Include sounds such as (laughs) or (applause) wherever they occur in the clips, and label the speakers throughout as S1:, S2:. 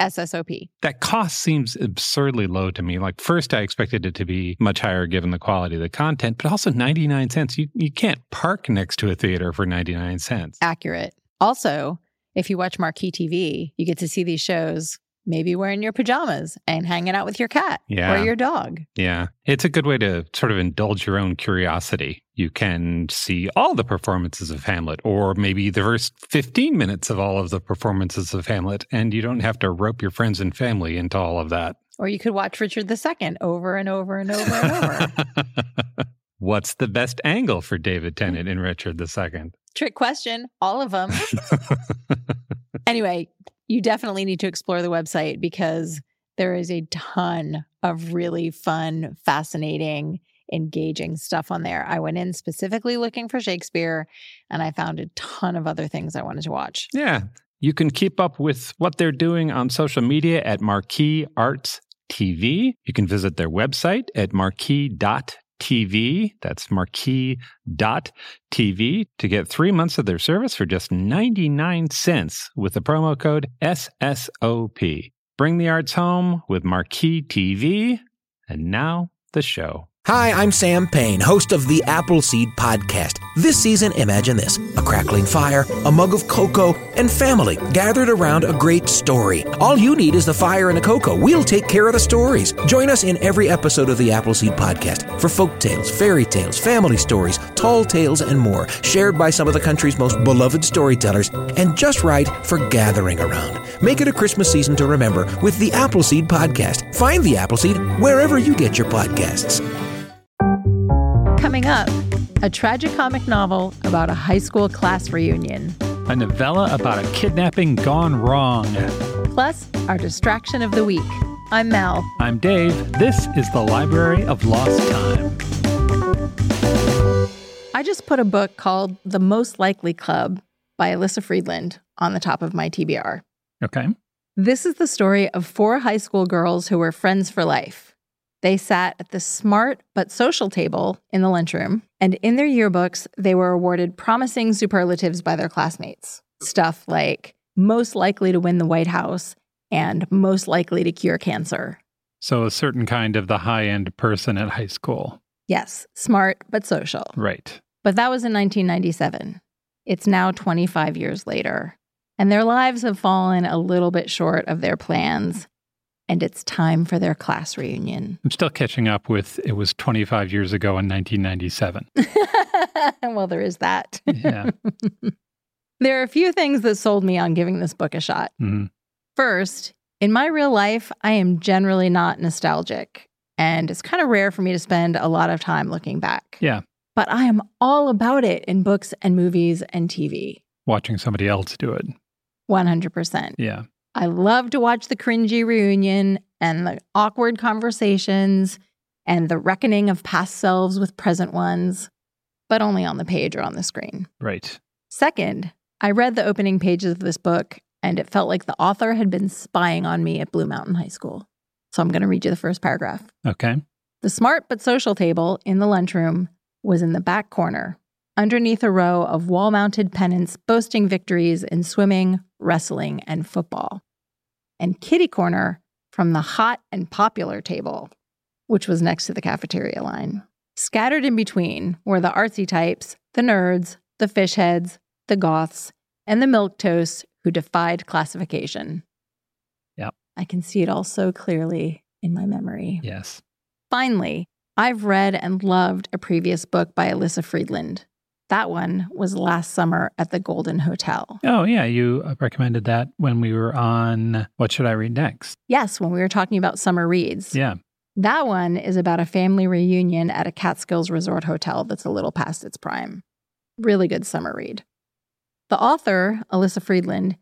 S1: SSOP.
S2: That cost seems absurdly low to me. Like first I expected it to be much higher given the quality of the content, but also 99 cents. You you can't park next to a theater for 99 cents.
S1: Accurate. Also, if you watch Marquee TV, you get to see these shows maybe wearing your pajamas and hanging out with your cat
S2: Yeah.
S1: or your dog.
S2: Yeah. It's a good way to sort of indulge your own curiosity. You can see all the performances of Hamlet, or maybe the first 15 minutes of all of the performances of Hamlet, and you don't have to rope your friends and family into all of that.
S1: Or you could watch Richard II over and over and over and
S2: (laughs)
S1: over.
S2: What's the best angle for David Tennant in Richard II?
S1: Trick question, all of them. anyway, you definitely need to explore the website because there is a ton of really fun, fascinating, engaging stuff on there. I went in specifically looking for Shakespeare and I found a ton of other things I wanted to watch.
S2: yeah. You can keep up with what they're doing on social media at Marquee Arts TV. You can visit their website at marquee.tv. That's marquee.tv to get three months of their service for just 99 cents with the promo code SSOP. Bring the arts home with Marquee TV. And now the show.
S3: Hi, I'm Sam Payne, host of the Appleseed Podcast. This season, imagine this a crackling fire, a mug of cocoa, and family gathered around a great story. All you need is the fire and the cocoa. We'll take care of the stories. Join us in every episode of the Appleseed Podcast for folk tales, fairy tales, family stories, tall tales, and more, shared by some of the country's most beloved storytellers, and just right for gathering around. Make it a Christmas season to remember with the Appleseed Podcast. Find the Appleseed wherever you get your podcasts.
S1: Coming up, a tragicomic novel about a high school class reunion,
S2: A novella about a kidnapping gone wrong.
S1: plus our distraction of the week. I'm Mel.
S2: I'm Dave. This is the Library of Lost Time.
S1: I just put a book called The Most Likely Club by Alyssa Friedland on the top of my TBR.
S2: Okay.
S1: This is the story of four high school girls who were friends for life. They sat at the smart but social table in the lunchroom, and in their yearbooks, they were awarded promising superlatives by their classmates. Stuff like most likely to win the White House and most likely to cure cancer.
S2: So, a certain kind of the high end person at high school.
S1: Yes, smart but social.
S2: Right.
S1: But that was in 1997. It's now 25 years later, and their lives have fallen a little bit short of their plans, and it's time for their class reunion. (laughs)
S4: I'm still catching up with it was 25 years ago in 1997.
S1: well, there is that.
S4: Yeah.
S1: (laughs) there are a few things that sold me on giving this book a shot.
S2: Mm-hmm.
S4: Mhm.
S1: First, in my real life, I am generally not nostalgic, and it's kind of rare for me to spend a lot of time looking back.
S4: Yeah.
S1: But I am all about it in books and movies and TV.
S4: Watching somebody else do it.
S1: 100%.
S2: Yeah.
S1: I love to watch the cringy reunion and the awkward conversations and the reckoning of past selves with present ones, but only on the page or on the screen.
S2: Right.
S1: Second, I read the opening pages of this book and it felt like the author had been spying on me at Blue Mountain High School. So I'm going to read you the first paragraph.
S2: Okay.
S1: The smart but social table in the lunchroom was in the back corner, underneath a row of wall mounted pennants boasting victories in swimming, wrestling, and football. And kitty corner from the hot and popular table, which was next to the cafeteria line. Scattered in between were the artsy types, the nerds, the fish heads, the goths, and the milk toasts who defied classification.
S2: Yep.
S1: I can see it all so clearly in my memory.
S2: Yes.
S1: Finally, I've read and loved a previous book by Alyssa Friedland. That one was last summer at the Golden Hotel.
S2: Oh, yeah. You uh, recommended that when we were on What Should I Read Next?
S1: Yes, when we were talking about summer reads.
S2: Yeah.
S1: That one is about a family reunion at a Catskills resort hotel that's a little past its prime. Really good summer read. The author, Alyssa Friedland,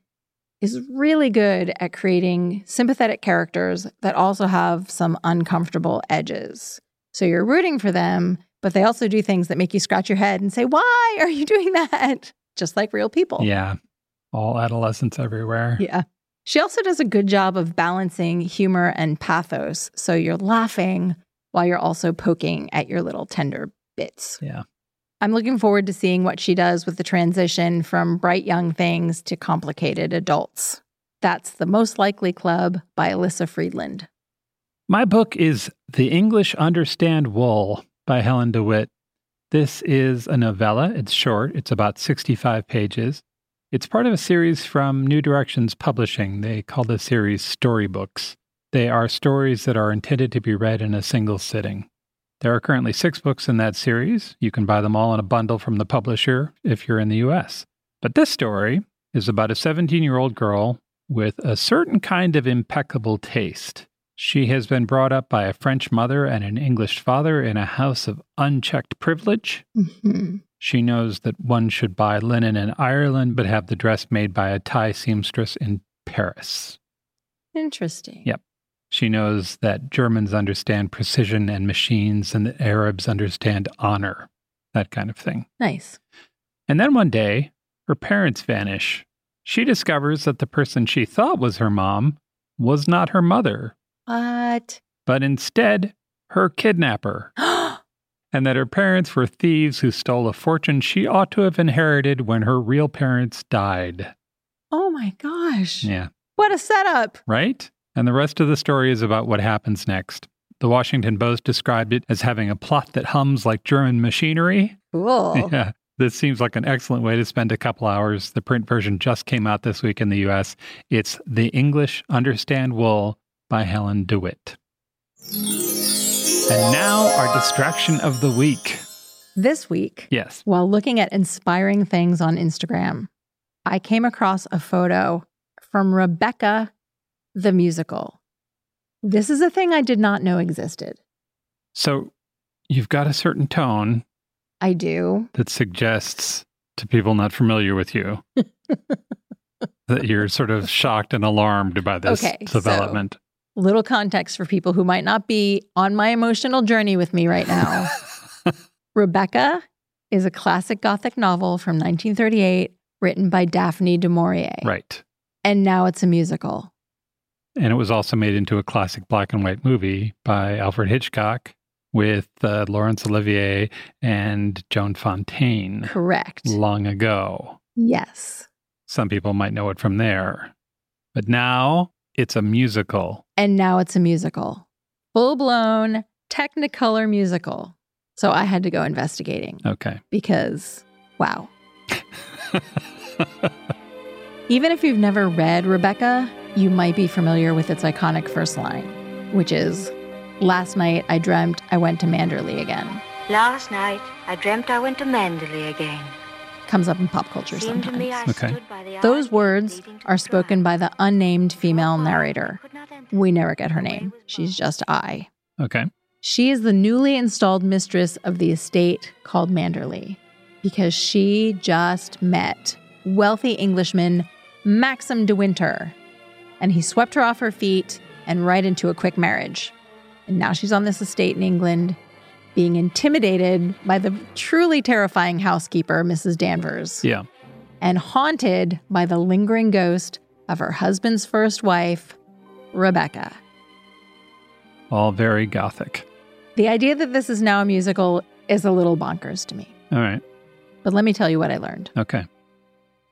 S1: is really good at creating sympathetic characters that also have some uncomfortable edges. So you're rooting for them, but they also do things that make you scratch your head and say, Why are you doing that? (laughs) Just like real people.
S2: Yeah. All adolescents everywhere.
S1: Yeah. She also does a good job of balancing humor and pathos. So you're laughing while you're also poking at your little tender bits.
S2: Yeah.
S1: I'm looking forward to seeing what she does with the transition from bright young things to complicated adults. That's The Most Likely Club by Alyssa Friedland.
S2: My book is The English Understand Wool by Helen DeWitt. This is a novella. It's short, it's about 65 pages. It's part of a series from New Directions Publishing. They call the series storybooks. They are stories that are intended to be read in a single sitting. There are currently six books in that series. You can buy them all in a bundle from the publisher if you're in the US. But this story is about a 17 year old girl with a certain kind of impeccable taste. She has been brought up by a French mother and an English father in a house of unchecked privilege.
S1: Mhm.
S2: She knows that one should buy linen in Ireland, but have the dress made by a Thai seamstress in Paris.
S1: Interesting.
S2: Yep. She knows that Germans understand precision and machines, and that Arabs understand honor, that kind of thing.
S1: Nice.
S2: And then one day, her parents vanish. She discovers that the person she thought was her mom was not her mother,
S1: (gasps) What?
S2: but instead her kidnapper,
S1: oh
S2: and that her parents were thieves who stole a fortune she ought to have inherited when her real parents died.
S1: oh my gosh.
S2: Yeah.
S1: What a setup.
S2: right? And the rest of the story is about what happens next. The Washington Post described it as having a plot that hums like German machinery.
S1: Cool.
S2: (laughs) Yeah, this seems like an excellent way to spend a couple hours. The print version just came out this week in the US. It's The English Understand Wool by Helen DeWitt. And now our distraction of the week.
S1: This week,
S2: Yes.
S1: While looking at inspiring things on Instagram, I came across a photo from Rebecca the musical. This is a thing I did not know existed.
S2: So you've got a certain tone
S1: I do.
S2: that suggests to people not familiar with
S1: (laughs)
S2: you that you're sort of shocked and alarmed by this
S1: Okay, so-
S2: development.
S1: Little context for people who might not be on my emotional journey with me right now.
S2: (laughs)
S1: Rebecca is a classic Gothic novel from 1938 written by Daphne du Maurier.
S2: right.
S1: And now it's a musical.
S2: And it was also made into a classic black and white movie by Alfred Hitchcock with uh, Laurence Olivier and Joan Fontaine
S1: Correct.
S2: long ago.
S1: Yes.
S2: Some people might know it from there. But now it's a musical.
S1: and now it's a musical. Full blown Technicolor musical. So I had to go investigating
S2: Okay.
S1: because, wow. Even if you've never read Rebecca, you might be familiar with its iconic first line, which is Last night I dreamt I went to Manderley again.
S5: Last night, I dreamt I went to Manderley again.
S1: Comes up in pop culture
S5: Seemed to me I
S1: sometimes.
S2: Okay.
S5: stood by the
S1: Those
S5: eye
S1: words
S5: leading to
S1: are
S5: the
S1: spoken by the unnamed female narrator. We never get her name. She's just I.
S2: Okay.
S1: She is the newly installed mistress of the estate called Manderley because she just met wealthy Englishman Maxim de Winter. And he swept her off her feet and right into a quick marriage. And now she's on this estate in England, being intimidated by the truly terrifying housekeeper, Mrs. Danvers,
S2: Yeah.
S1: and haunted by the lingering ghost of her husband's first wife, Rebecca.
S2: All very gothic.
S1: The idea that this is now a musical is a little bonkers to me.
S2: All right.
S1: But let me tell you what I learned.
S2: Okay.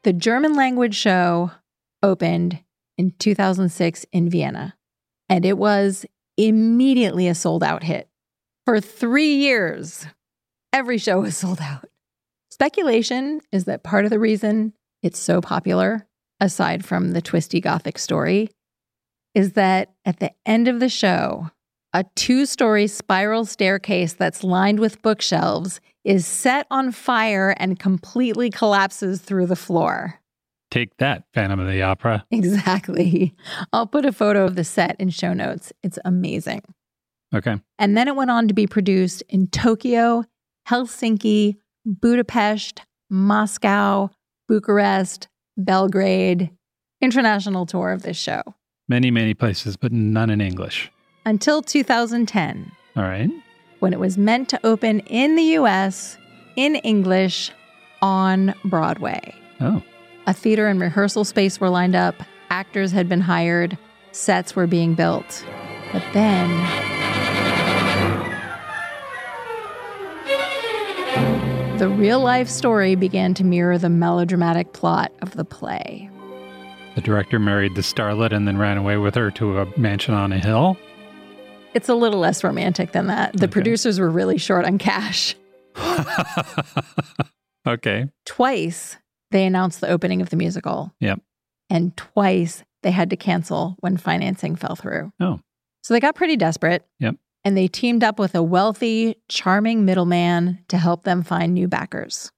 S1: The German language show opened in 2006 in Vienna, and it was immediately a sold out hit. For three years, every show was (laughs) sold out. Speculation is that part of the reason it's so popular, aside from the twisty gothic story, is that at the end of the show, a two story spiral staircase that's lined with bookshelves is set on fire and completely collapses through the floor. (laughs)
S2: Take that, Phantom of the Opera.
S1: Exactly. I'll put a photo of the set in show notes. It's amazing.
S2: Okay.
S1: And then it went on to be produced in Tokyo, Helsinki, Budapest, Moscow, Bucharest, Belgrade. International tour of this show
S2: Many, many places, but none in English.
S1: until 2010.
S2: All right.
S1: when it was meant to open in the US in English on Broadway.
S2: Oh,
S1: A theater and rehearsal space were lined up, actors had been hired, sets were being built. But then. The real life story began to mirror the melodramatic plot of the play.
S2: the director married the starlet and then ran away with her to a mansion on a hill. (laughs)
S1: It's a little less romantic than that. The
S2: Okay.
S1: producers were really short on cash.
S2: okay.
S1: twice they announced the opening of the musical.
S2: Yep.
S1: And twice they had to cancel when financing fell through.
S2: Oh.
S1: So they got pretty desperate.
S2: Yep.
S1: And they teamed up with a wealthy, charming middleman to help them find new backers.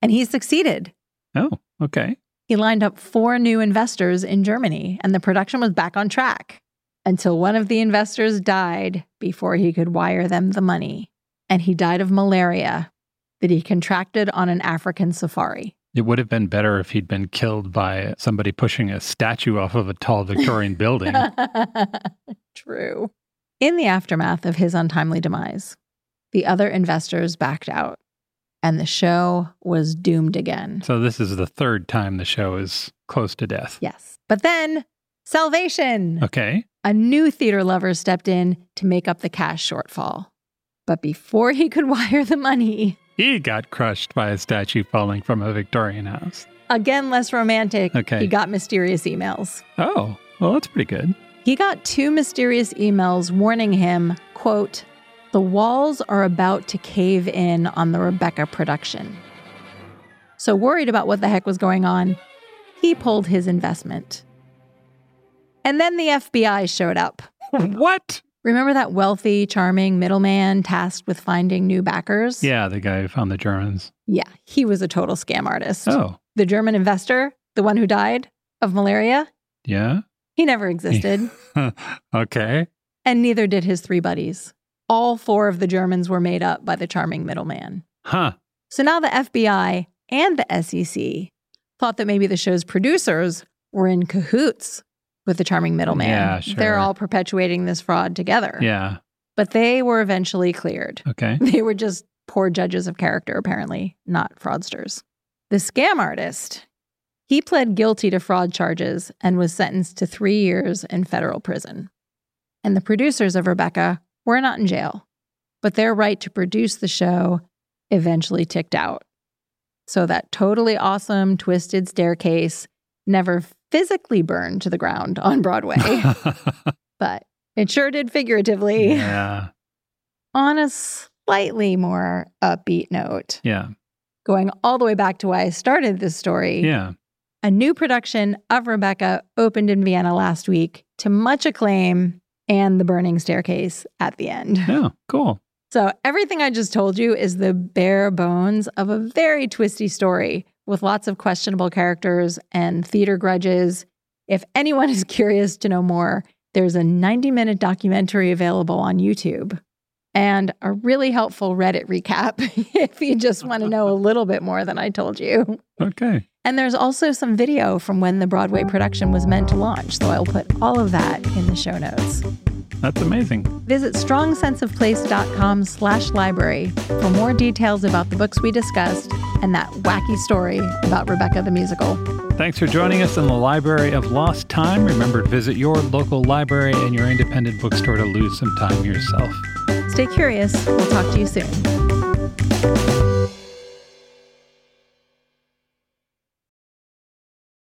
S1: And he succeeded.
S2: Oh, okay.
S1: He lined up four new investors in Germany, and the production was back on track until one of the investors died before he could wire them the money. And he died of malaria that he contracted on an African safari.
S2: It would have been better if he'd been killed by somebody pushing a statue off of a tall Victorian building.
S1: (laughs) True. In the aftermath of his untimely demise, the other investors backed out, and the show was doomed again.
S2: So this is the third time the show is close to death.
S1: Yes. But then, salvation!
S2: Okay.
S1: A new theater lover stepped in to make up the cash shortfall. But before he could (laughs) wire the money,
S2: He got crushed by a statue falling from a Victorian house.
S1: again less romantic,
S2: Okay.
S1: he got mysterious emails.
S2: Oh, well, that's pretty good.
S1: He got two mysterious emails warning him, quote, the walls are about to cave in on the Rebecca production. So worried about what the heck was going on, he pulled his investment. And then the FBI showed up.
S2: what?
S1: Remember that wealthy, charming middleman tasked with finding new backers?
S2: Yeah, the guy who found the Germans.
S1: Yeah, he was a total scam artist.
S2: Oh,
S1: The German investor, the one who died of malaria,
S2: yeah. (laughs)
S1: he never existed.
S2: okay.
S1: and neither did his three buddies. All four of the Germans were made up by the charming middleman.
S2: Huh.
S1: So now the FBI and the SEC thought that maybe the show's producers were in cahoots with the charming middleman.
S2: Yeah, sure.
S1: They're all perpetuating this fraud together.
S2: Yeah.
S1: But they were eventually cleared.
S2: Okay. (laughs)
S1: (laughs) They were just poor judges of character, apparently, not fraudsters. The scam artist, he pled guilty to fraud charges and was sentenced to three years in federal prison. And the producers of Rebecca were not in jail, but their right to produce the show eventually ticked out. So that totally awesome twisted staircase never physically burned to the ground on Broadway,
S2: (laughs)
S1: but it sure did figuratively
S2: yeah.
S1: on a slightly more upbeat note,
S2: Yeah.
S1: going all the way back to why I started this story,
S2: Yeah.
S1: a new production of Rebecca opened in Vienna last week to much acclaim and the burning staircase at the end.
S2: Yeah. Cool.
S1: So, everything I just told you is the bare bones of a very twisty story with lots of questionable characters and theater grudges. If anyone (laughs) is curious to know more, there's a 90 minute documentary available on YouTube and a really (laughs) helpful Reddit recap if you just want to know a little bit more than I told you.
S2: Okay.
S1: And there's also some video from when the Broadway production was meant to launch, so I'll put all of that in the show notes.
S2: That's amazing.
S1: Visit strongsenseofplace.com slash library for more details about the books we discussed and that wacky story about Rebecca the Musical.
S2: Thanks for joining us in the Library of Lost Time. Remember to visit your local library and your independent bookstore to lose some time yourself.
S1: Stay curious. We'll talk to you soon.